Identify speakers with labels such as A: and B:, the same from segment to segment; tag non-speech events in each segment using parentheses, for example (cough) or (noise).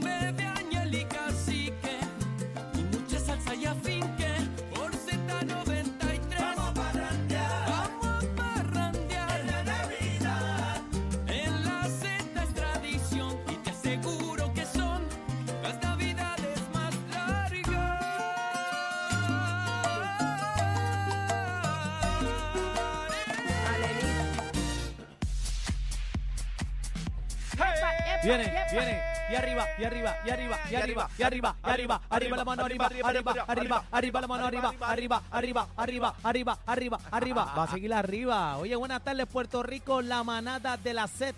A: bebé, Ángel y Cacique, y mucha salsa y afinque, por Z93. Vamos a parrandear, vamos a parrandear. En la Navidad, en la Z es tradición, y te aseguro que son las Navidades más largas.
B: Viene, viene, y arriba, y arriba, y arriba, y arriba, y arriba, y arriba, arriba la mano, arriba, arriba, arriba, arriba la mano, arriba, arriba, arriba, arriba, arriba, arriba, arriba. Va a seguir arriba. Oye, buenas tardes, Puerto Rico, la manada de la Z,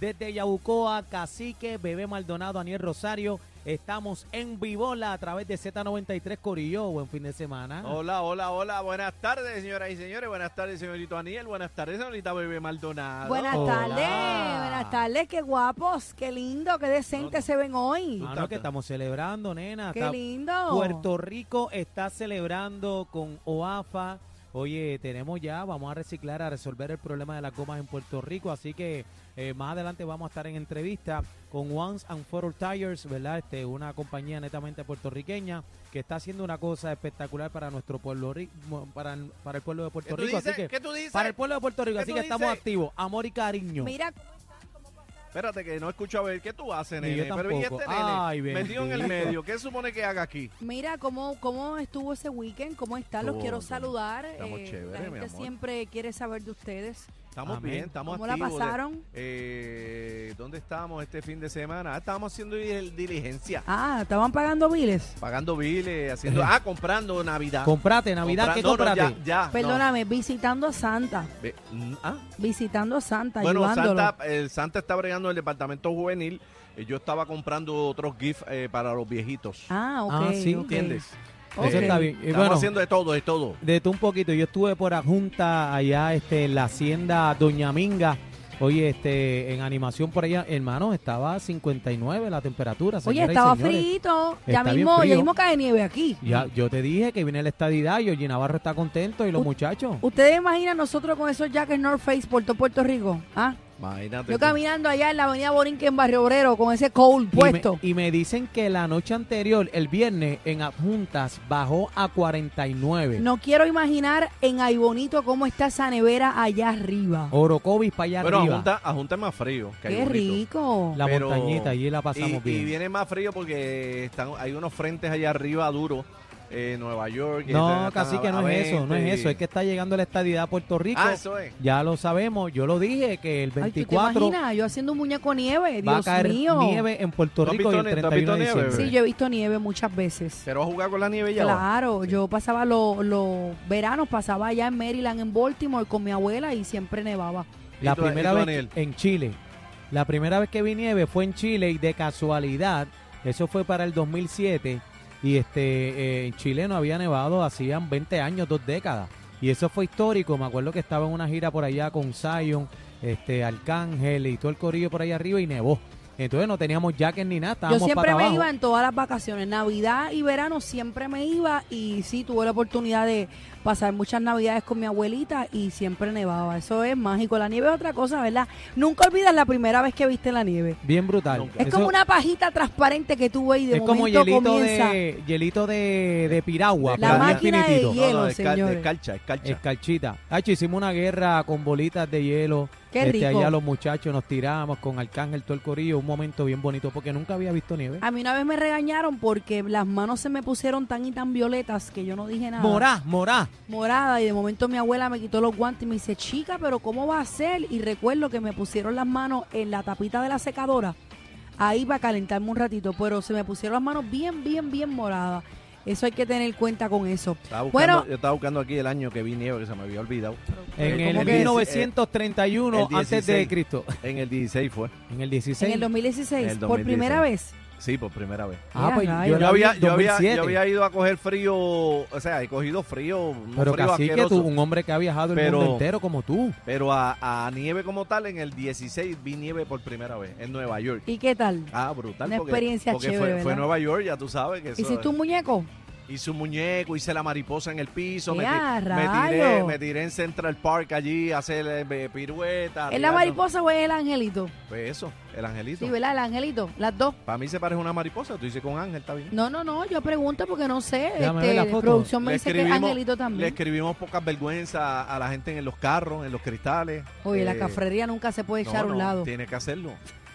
B: desde Yabucoa, Cacique, Bebé Maldonado, Aniel Rosario. Estamos en Vivola a través de Z93 Corillo. Buen fin de semana.
C: Hola, hola, hola. Buenas tardes, señoras y señores. Buenas tardes, señorito Aniel. Buenas tardes, señorita Bebé Maldonado.
D: Buenas
B: Hola.
D: tardes, buenas tardes, qué guapos, qué lindo, qué decentes se ven hoy.
B: Mano, que estamos celebrando, nena.
D: Qué
B: Ah, Está-
D: lindo.
B: Puerto Rico está celebrando con OAFA. Oye, tenemos ya, vamos a reciclar, a resolver el problema de las gomas en Puerto Rico. Así que eh, más adelante vamos a estar en entrevista con Once and For All Tires, ¿verdad? Este, una compañía netamente puertorriqueña que está haciendo una cosa espectacular para nuestro pueblo, ri- mu- para, el- para el pueblo de
C: ¿Qué
B: Puerto
C: tú
B: Rico.
C: dices?
B: Así que,
C: ¿Qué tú dices?
B: para el pueblo de Puerto Rico,
C: ¿Qué
B: así
C: tú
B: que estamos
C: dices?
B: activos. Amor y cariño.
D: Mira,
C: Espérate que no escucho a ver qué tú haces,
B: Ni
C: nene.
B: yo
C: Pero y este
B: tampoco.
C: nene
B: Ay,
C: metido en el
B: bendito.
C: medio. ¿Qué supone que haga aquí?
D: mira cómo, cómo estuvo ese weekend, cómo están, los
C: Estuvo-
D: quiero saludar. eh,
C: estamos chévere,
D: la
C: mi
D: gente
C: amor.
D: siempre quiere saber de ustedes.
C: Estamos
B: Amén.
C: bien, estamos
D: ¿Cómo la
C: activos. de-
D: pasaron?
C: eh, ¿Dónde estábamos este fin de semana? Ah, estábamos haciendo dil- diligencia.
D: Ah, estaban pagando biles.
C: Pagando biles, haciendo. Ah, comprando Navidad.
B: Comprate, Eh. Navidad,
C: Compra-
B: ¿qué
C: no, no,
B: comprate?
C: ya, ya, no.
D: Perdóname, visitando a Santa,
C: Ve- mm, Ah,
D: visitando a Santa,
C: Bueno,
D: ayudándolo. Ah,
C: Santa, el Santa está bregando en el departamento juvenil. Eh, Yo estaba comprando otros gifs eh, para los viejitos.
D: Ah, ok.
B: Ah, sí,
D: ok.
C: ¿Entiendes? Eh,
D: Ok.
B: Eso está bien. Y
C: Estamos
B: bueno,
C: haciendo de todo, de todo.
B: de tú un poquito. Yo estuve por adjunta allá este, en la hacienda Doña Minga. Oye, este, en animación por allá, hermano, estaba a 59 la temperatura.
D: Oye,
B: señoras y
D: estaba
B: señores.
D: frito,
B: Está
D: ya
B: bien
D: mismo,
B: frío.
D: ya mismo cae nieve aquí.
B: Ya, yo te dije que viene la estadidad y Oye Navarro está contento y los
D: U-
B: muchachos.
D: ¿Ustedes imaginan nosotros con esos jackets North Face por todo Puerto Rico? ¿Ah?
C: Imagínate.
D: Yo
C: tú.
D: caminando allá en la avenida Borinque en Barrio Obrero con ese cold
B: Y me-
D: puesto.
B: Y me, dicen que la noche anterior, el viernes, en adjuntas bajó a 49.
D: No quiero imaginar en Aibonito cómo está esa nevera allá arriba.
B: Orocovis para allá
C: Pero
B: arriba.
C: ajunta, ajunta es más frío. Que
D: Qué
C: hay burrito.
D: rico.
B: La
C: Pero-
B: montañita, allí la pasamos
C: y, y
B: bien.
C: viene más frío porque están, hay unos frentes allá arriba duros. Eh, Nueva York. que
B: no,
C: están-
B: casi
C: están
B: que
C: a-
B: no
C: a
B: es eso, no
C: 20.
B: es eso. Es que está llegando la estadidad a Puerto Rico.
C: Ah, eso es.
B: Ya lo sabemos, yo lo dije que el
D: Ay, ¿tú te
B: 24
D: imaginas? Yo haciendo un muñeco nieve.
B: va a
D: Dios
B: caer
D: mío.
B: nieve en Puerto
C: ¿Tú has
B: Rico y el
C: visto ne- tú has
B: 31
C: visto
B: de
C: nieve,
B: diciembre.
D: Sí, yo he visto nieve muchas veces.
C: Pero va a jugar con la nieve ya. va?
D: Claro, yo pasaba lo- los veranos, pasaba allá en Maryland, en Baltimore con mi abuela y siempre nevaba.
B: La
C: ¿Y tú-
B: primera
C: y tú,
B: vez
C: Daniel?
B: en Chile. La primera vez que vi nieve fue en Chile y de casualidad, eso fue para el 2007 y este eh, en Chile no había nevado hacían 20 años, dos décadas. Y eso fue histórico, me acuerdo que estaba en una gira por allá con Zion, este Arcángel y todo el corillo por allá arriba y nevó. Entonces no teníamos jackets ni nada, estábamos
D: yo siempre
B: para
D: me
B: abajo.
D: iba en todas las vacaciones, Navidad y verano siempre me iba y sí, tuve la oportunidad de pasar muchas Navidades con mi abuelita y siempre nevaba. Eso es mágico. La nieve es otra cosa, ¿verdad? Nunca olvidas la primera vez que viste la nieve.
B: Bien brutal.
C: Nunca.
D: Es
B: Eso-
D: como una pajita transparente que tú ves y de
B: es como
D: momento
B: hielito
D: comienza.
B: de hielito de, de piragua,
D: La
B: pero bien
D: máquina de
B: finitito.
C: No, no,
D: hielo,
C: es cal-
D: señores.
C: es calcha, es calcha.
B: Escarchita. Hacho, hicimos una guerra con bolitas de hielo.
D: Qué
B: Este,
D: rico.
B: allá los muchachos nos tiramos con Arcángel, todo el corillo. Un momento bien bonito porque nunca había visto nieve.
D: A mí una vez me regañaron porque las manos se me pusieron tan y tan violetas que yo no dije nada.
B: Morá, morá.
D: morada y de momento mi abuela me quitó los guantes y me dice, chica, pero ¿cómo va a ser? Y recuerdo que me pusieron las manos en la tapita de la secadora, ahí para calentarme un ratito, pero se me pusieron las manos bien, bien, bien moradas. Eso hay que tener cuenta con eso.
C: Estaba buscando,
D: Bueno,
C: yo estaba buscando aquí el año que vi nieve, que se me había olvidado.
B: En
D: ¿Cómo
B: el
D: que es?
B: 1931
C: Eh, El
B: antes de
C: 16.
B: Cristo. (laughs)
C: En el 16 fue.
B: En el 16.
D: en el 2016,
C: En el
D: por primera vez.
C: Sí, por primera vez.
B: ah, pues
D: Mira,
B: yo,
C: Yo
B: la
C: había,
B: vi en
C: yo, había,
B: 2007.
C: yo había ido a coger frío, o sea, he cogido frío, un
B: Pero
C: frío
B: casi que
C: asqueroso,
B: tú, un hombre que ha viajado el
C: Pero-
B: mundo entero como tú.
C: Pero a, a nieve como tal, en el 16 vi nieve por primera vez, en Nueva York.
D: ¿Y qué tal?
C: Ah, brutal.
D: Una
C: porque,
D: experiencia
C: porque
D: chévere,
C: fue, fue
D: ¿verdad?
C: Nueva York, ya tú sabes que eso
D: ¿Hiciste un muñeco?
C: Hice un muñeco, hice la mariposa en el piso, me,
D: ¡Ea,
C: ti- me tiré,
D: rayos!
C: me tiré en Central Park allí a hacer eh, piruetas.
D: ¿Es la
C: tirando-
D: mariposa o es el angelito?
C: Pues eso, el angelito.
D: Sí, ¿verdad? El angelito, las dos.
C: Para mí se parece una mariposa, tú dices con ángel, está bien.
D: No, no, no, yo pregunto porque no sé.
B: Déjame
D: Este,
B: ver la foto.
D: producción me
C: Le
D: dice que es
C: escribimos-
D: angelito
C: Le
D: también.
C: escribimos pocas vergüenzas a la gente en los carros, en los cristales.
D: Oye, la
C: Eh,
D: cafrería nunca se puede
C: no,
D: echar a un
C: no,
D: lado.
C: Tiene que
D: (laughs)
C: hacerlo.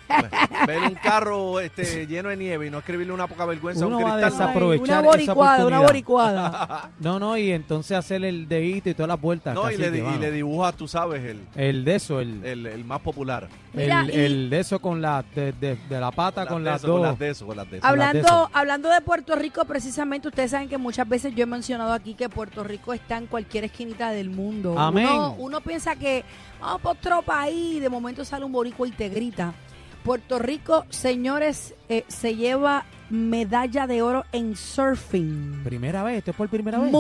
C: Pues, Ver un carro este, lleno de nieve y no escribirle una poca vergüenza a
B: Uno
C: un
B: va a
C: cristal.
D: Ay,
B: Aprovechar
D: una
B: esa
D: boricuada, una
B: oportunidad.
D: boricuada.
B: (laughs) No, no, y entonces hacer el dedito y todas las vueltas.
C: No, y
B: cacique,
C: le, di- y
B: mano.
C: le dibujas, tú sabes, el,
B: El de eso, el,
C: el, el más popular.
D: Mira,
B: el,
D: y-
B: el de eso con la de, de- de la pata con las
C: de eso, Con
B: dos.
C: las de eso, con las de eso.
B: Habla- de
D: Hablando,
B: eso.
D: hablando de Puerto Rico, precisamente ustedes saben que muchas veces yo he mencionado aquí que Puerto Rico está en cualquier esquinita del mundo.
B: Amén.
D: Uno, uno piensa que, vamos para otro país, y de momento sale un boricua y te grita. Puerto Rico, señores, eh, se lleva medalla de oro en surfing.
B: Primera vez, esto es por primera vez.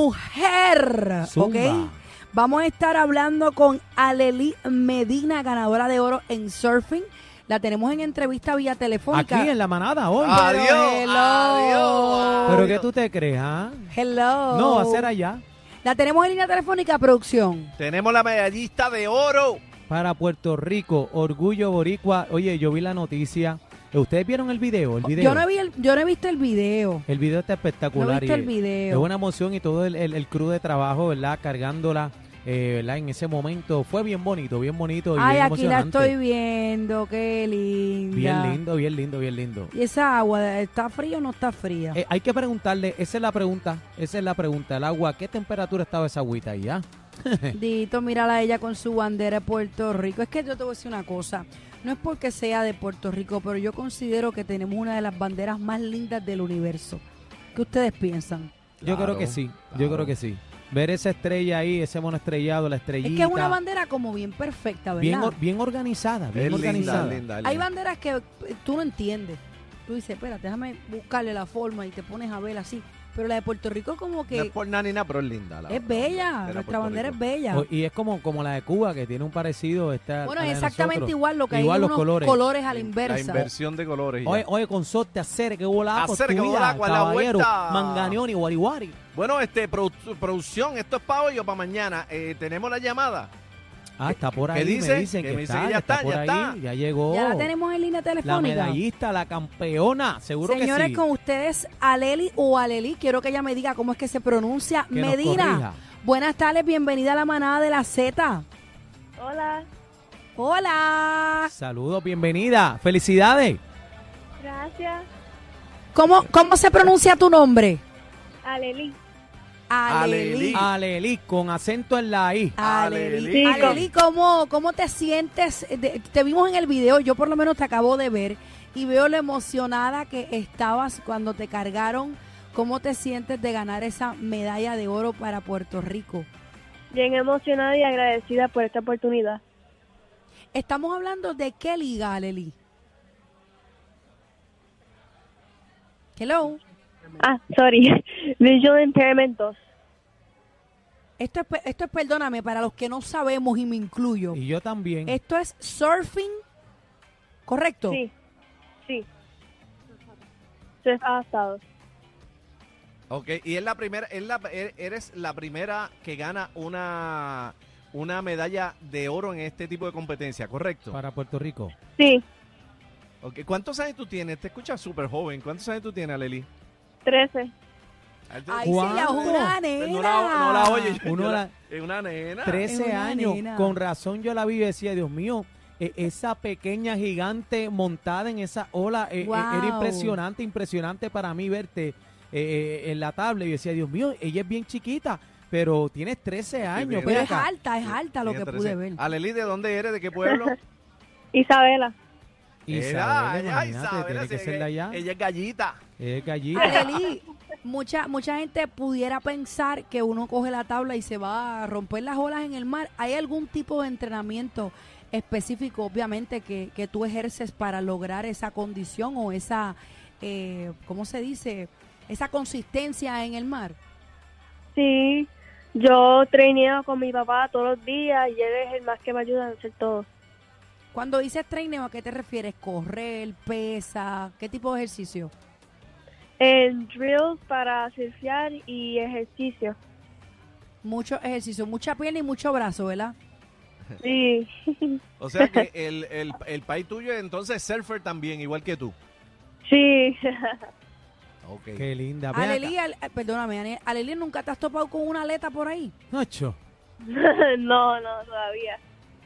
D: Mujer,
B: Zumba.
D: ¿ok? Vamos a estar hablando con Aleli Medina, ganadora de oro en surfing. La tenemos en entrevista vía telefónica.
B: Aquí en la manada hoy.
D: Ah.
C: Adiós,
D: Pero hello.
C: adiós.
B: Pero que tú te crees, ¿ah?
D: Hello.
B: No, va a ser allá.
D: La tenemos en línea telefónica, producción.
C: Tenemos la medallista de oro.
B: Para Puerto Rico, orgullo boricua. Oye, yo vi la noticia. ¿Ustedes vieron el video? El video.
D: Oh, Yo no, vi el- yo no he visto el video.
B: El video está
D: No he
B: espectacular.
D: visto
B: y
D: el
B: es
D: video.
B: una emoción y todo el, el- el crew de trabajo, ¿verdad? Cargándola, eh, ¿verdad? En ese momento fue bien bonito, bien bonito. Y
D: Ay,
B: bien
D: aquí la
B: emocionante.
D: estoy viendo, qué linda.
B: Bien lindo, bien lindo, bien lindo.
D: ¿Y esa agua está fría o no está fría?
B: Eh, hay que preguntarle, esa es la pregunta, esa es la pregunta. El agua, ¿qué temperatura estaba esa agüita ahí? ah?
D: Dito, mírala a ella con su bandera de Puerto Rico. Es que yo te voy a decir una cosa. No es porque sea de Puerto Rico, pero yo considero que tenemos una de las banderas más lindas del universo. ¿Qué ustedes piensan?
B: Yo creo
C: Claro,
B: que sí, yo
C: claro.
B: creo que sí. Ver esa estrella ahí, ese mono estrellado, la estrellita.
D: Es que es una bandera como bien perfecta, ¿verdad?
B: bien, or- bien organizada, bien
C: Es linda,
B: organizada.
C: linda,
D: Hay
C: linda.
D: banderas que eh, tú no entiendes. Tú dices, espérate, déjame buscarle la forma y te pones a ver así. Pero la de Puerto Rico como que
C: No es por nada ni nada, pero es linda. la verdad.
D: es bella.
C: Era
D: Nuestra
C: Puerto
D: bandera
C: Rico.
D: es bella.
B: O- Y es como, como la de Cuba, que tiene un parecido. Esta,
D: bueno,
B: a la
D: es
B: de
D: exactamente
B: nosotros.
D: igual lo que
B: Igual
D: hay
B: los
D: unos
B: colores.
D: colores. a la inversa.
C: La inversión de colores. y ya.
B: Oye, oye, consorte, hacer que hubo la agua,
C: Hacer que hubo la agua, la
B: caballero,
C: vuelta.
B: Manganión y Guariguari.
C: Bueno, este produ- producción, esto es para hoy o para mañana. Eh, tenemos la llamada.
B: Ah, está por
C: ¿Qué
B: ahí,
C: dice?
B: me dicen
C: Que
B: que,
C: me
B: está,
C: dicen que ya está,
B: por
C: ya
B: ahí,
C: está.
B: ya llegó.
D: Ya la tenemos en línea
B: Oh. La
D: telefónica.
B: medallista, la campeona, seguro que
D: Señores,
B: sí.
D: con ustedes, Aleli o Aleli, quiero que ella me diga cómo es que se pronuncia.
B: Que nos
D: Medina,
B: corrija.
D: buenas tardes, bienvenida a la manada de la Z.
E: Hola,
D: Hola.
B: Saludos, bienvenida. Felicidades.
E: gracias,
D: ¿Cómo, cómo se pronuncia tu nombre?
E: Aleli.
C: Aleli.
D: Aleli.
B: Aleli, con acento en la I.
D: Aleli,
E: Aleli.
D: Aleli, ¿cómo, ¿cómo te sientes? De- te vimos en el video, yo por lo menos te acabo de ver y veo lo emocionada que estabas cuando te cargaron. ¿Cómo te sientes de ganar esa medalla de oro para Puerto Rico?
E: Bien emocionada y agradecida por esta oportunidad.
D: Estamos hablando de qué liga, Aleli. Hello.
E: Ah, sorry. (laughs) Visual Impairment 2.
D: Esto es, pe- esto es, perdóname, para los que no sabemos y me incluyo.
B: Y yo también.
D: Esto es surfing, ¿correcto?
E: Sí, sí. Tres adaptados.
C: Ok, y es la primera, es la, er- eres la primera que gana una, una medalla de oro en este tipo de competencia, ¿correcto?
B: Para Puerto Rico.
E: Sí,
C: Ok, ¿Cuántos años tú tienes? Te escuchas súper joven. ¿Cuántos años tú tienes, Aleli?
E: trece.
D: Ay, sí, la
B: ¿Cuánto?
D: una nena.
C: Pues No la, no la (laughs) oye.
B: Uno
C: Yo
B: la-
C: es una nena.
D: Es
B: 13
D: una
B: años.
D: nena.
B: Con razón yo la vi y decía, Dios mío, eh, esa pequeña gigante montada en esa ola. eh, eh,
D: Wow.
B: era impresionante, impresionante para mí verte eh, eh, en la tabla. Y yo decía, Dios mío, ella es bien chiquita, pero tienes 13 años.
C: bien.
B: ven
D: Pero es
B: acá.
D: alta, es alta lo que
C: Tiene 13.
D: pude ver.
C: Aleli, ¿de dónde eres? ¿De qué pueblo?
E: Isabela.
B: (laughs) Isabel,
C: Era, ella,
B: imagínate,
C: Isabel,
B: tiene que
C: así
B: ser de allá.
C: Ella es gallita.
B: (laughs) Es gallita.
D: Aleli, mucha, mucha gente pudiera pensar que uno coge la tabla y se va a romper las olas en el mar. ¿Hay algún tipo de entrenamiento específico, obviamente, que, que tú ejerces para lograr esa condición o esa, eh, ¿cómo se dice? Esa consistencia en el mar.
E: Sí, yo traineaba con mi papá todos los días y él es el más que me ayuda a hacer todo.
D: Cuando dices training, ¿a qué te refieres? ¿Correr, pesa? ¿Qué tipo de ejercicio?
E: En drills para surfear y ejercicio.
D: Mucho ejercicio, mucha pierna y mucho brazo, ¿verdad?
E: Sí,
C: O sea que el, el, el país tuyo entonces es surfer también, igual que tú.
E: sí. (laughs)
C: Ok.
B: Qué linda. Ah, Ven acá.
D: Aleli, al- eh, perdóname, Ane- Aleli, ¿nunca te has topado con una aleta por ahí?
B: Nacho.
E: no, no, todavía.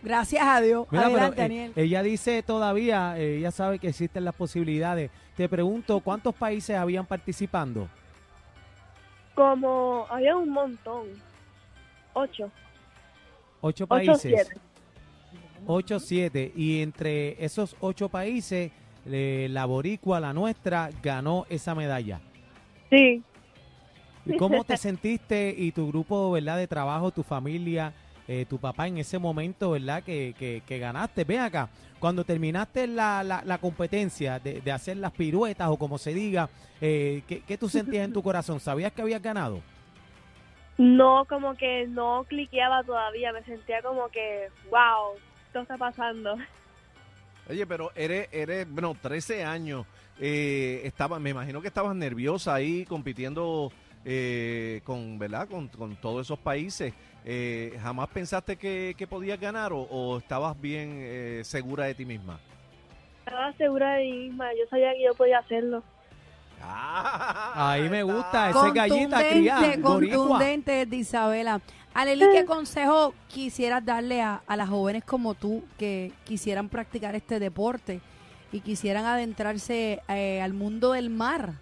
D: Gracias a Dios.
B: Mira,
D: Adelante,
B: pero, eh,
D: Daniel.
B: ella dice todavía, eh, ella sabe que existen las posibilidades. Te pregunto, ¿cuántos países habían participando?
E: Como había un montón. Ocho.
B: Ocho
E: Ocho,
B: países.
E: siete.
B: Ocho, siete. Y entre esos ocho países, eh, la boricua, la nuestra, ganó esa medalla.
E: Sí.
B: ¿Y ¿Cómo te sentiste y tu grupo, verdad, de trabajo, tu familia, eh, tu papá en ese momento, verdad, que, que- que ganaste? Ven acá, cuando terminaste la, la- la competencia de, de hacer las piruetas o como se diga, eh, ¿qué, qué tú sentías en tu corazón? ¿Sabías que habías ganado?
E: No, como que no cliqueaba todavía. Me sentía como que, wow, esto está pasando. (laughs)
C: Oye, pero eres, eres, bueno, 13 años. Eh, estaba, me imagino que estabas nerviosa ahí compitiendo eh, con, ¿verdad? Con, con todos esos países. Eh, ¿Jamás pensaste que, que podías ganar o, o estabas bien eh, segura de ti misma?
E: Estaba segura de mí misma. Yo sabía que yo podía hacerlo.
B: Ahí me
C: está.
B: gusta, ese gallita criada, boricua.
D: contundente de Isabela. Aleli, ¿qué consejo quisieras darle a, a las jóvenes como tú que quisieran practicar este deporte y quisieran adentrarse eh, al mundo del mar?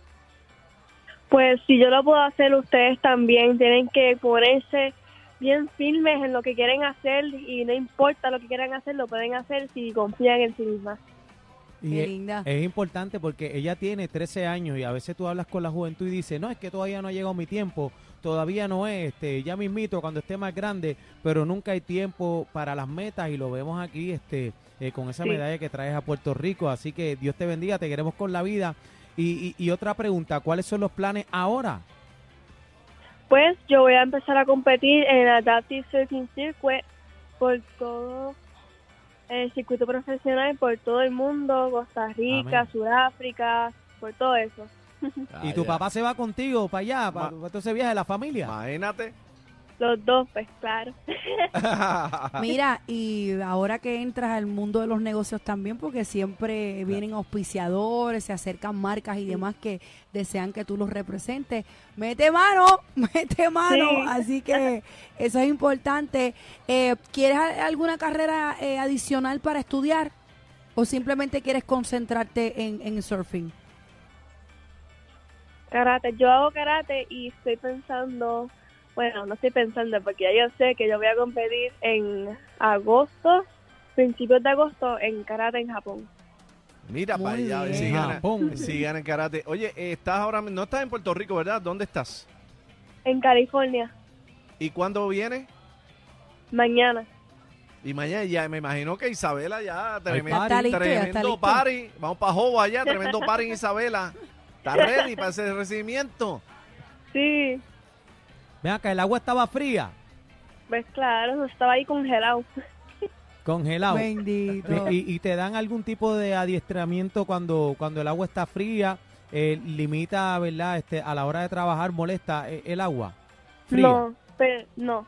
E: Pues si yo lo puedo hacer, ustedes también tienen que ponerse bien firmes en lo que quieren hacer y no importa lo que quieran hacer, lo pueden hacer si confían en sí mismas.
B: Y e,
D: Qué
B: es-
D: linda.
B: Es importante porque ella tiene 13 años y a veces tú hablas con la juventud y dices, no, es que todavía no ha llegado mi tiempo, todavía no es, este, ya mismito cuando esté más grande, pero nunca hay tiempo para las metas y lo vemos aquí este, eh, con esa
E: Sí.
B: medalla que traes a Puerto Rico. Así que Dios te bendiga, te queremos con la vida. Y, y- y otra pregunta, ¿cuáles son los planes ahora?
E: Pues yo voy a empezar a competir en Adaptive Surfing Circuit por todo el circuito profesional, por todo el mundo, Costa Rica,
B: Amén.
E: Sudáfrica, por todo eso.
B: ¿Y tu
C: Ay,
B: papá se va contigo para allá, para,
C: Ma-
B: para todo ese viaje de la familia?
C: Imagínate.
E: Los dos, pues claro.
B: Ah.
D: Mira, y ahora que entras al mundo de los negocios también, porque siempre vienen auspiciadores, se acercan marcas y demás que desean que tú los representes, mete mano, (laughs) mete mano.
E: Sí.
D: Así que eso es importante. Eh, ¿Quieres a- alguna carrera eh, adicional para estudiar o simplemente quieres concentrarte en, en surfing?
E: Karate, yo hago karate y estoy pensando, bueno, no estoy pensando porque ya yo sé que yo voy a competir en agosto, principios de agosto, en karate en Japón.
C: Mira para
D: Muy
C: allá, a ver si
B: bien.
C: gana,
B: Japón.
C: si gana en karate. Oye, eh, estás ahora, mi- no estás en Puerto Rico, ¿verdad? ¿Dónde estás?
E: En California,
C: ¿Y cuándo vienes?
E: mañana.
C: Y mañana ya, me imagino que Isabela ya, tremendo,
B: party.
D: Ya está listo, ya está
C: tremendo
D: listo.
C: party. Vamos para Jova allá, tremendo party en Isabela.
D: (laughs)
C: Está ready para ese recibimiento.
E: Sí,
B: Ven acá, el agua estaba fría,
E: pues claro, estaba ahí congelado.
B: congelado.
D: Bendito.
B: Y, y te dan algún tipo de adiestramiento cuando, cuando el agua está fría, eh, limita, ¿verdad? Este, a la hora de trabajar, molesta eh, el agua. Fría.
E: No, pero no.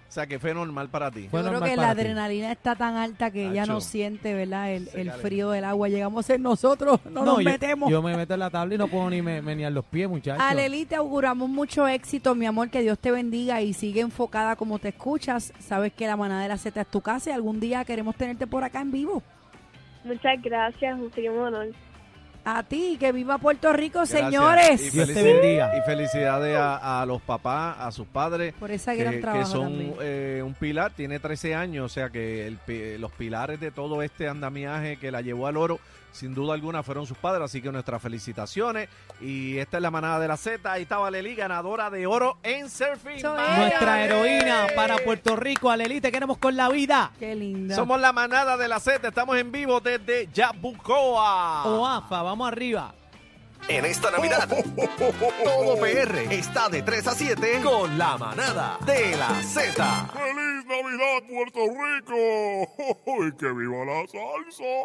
C: O sea que fue normal para ti.
B: Fue
D: Yo creo
B: normal
D: que
B: para
D: la
B: ti.
D: adrenalina está tan alta que ya no
C: Acho.
D: siente, ¿verdad? El,
C: Se
D: el
C: calienta.
D: frío del agua. Llegamos a ser nosotros, no, nos
B: yo,
D: metemos.
B: Yo me meto en la tabla y no puedo ni me- menear los pies, muchachos.
D: Aleli, te auguramos mucho éxito, mi amor, que Dios te bendiga y sigue enfocada como te escuchas. Sabes que la manada de la Z es tu casa y algún día queremos tenerte por acá en vivo.
E: Muchas gracias, un primo honor.
D: A ti, que viva Puerto Rico,
C: Gracias.
D: señores.
C: Y
B: Dios te
C: felici-
B: bendiga.
C: Y felicidades a, a los papás, a sus padres,
D: Por ese gran
C: que,
D: trabajo
C: que son
D: también.
C: eh, un pilar, tiene 13 años, o sea que el pi- los pilares de todo este andamiaje que la llevó al oro sin duda alguna fueron sus padres, así que nuestras felicitaciones. Y esta es la manada de la Z, ahí estaba Leli, ganadora de oro en surfing.
D: Eso es.
C: ¡Vaya,
B: Nuestra
C: Leli!
B: heroína para Puerto Rico, Aleli, te queremos con la vida.
D: Qué linda.
C: Somos la manada de la Z, estamos en vivo desde Yabucoa. Oh,
B: Oafa, vamos arriba.
F: En esta Navidad, todo PR está de 3 a 7 con la manada de la Z.
G: ¡Feliz Navidad, Puerto Rico! ¡Y que viva la salsa!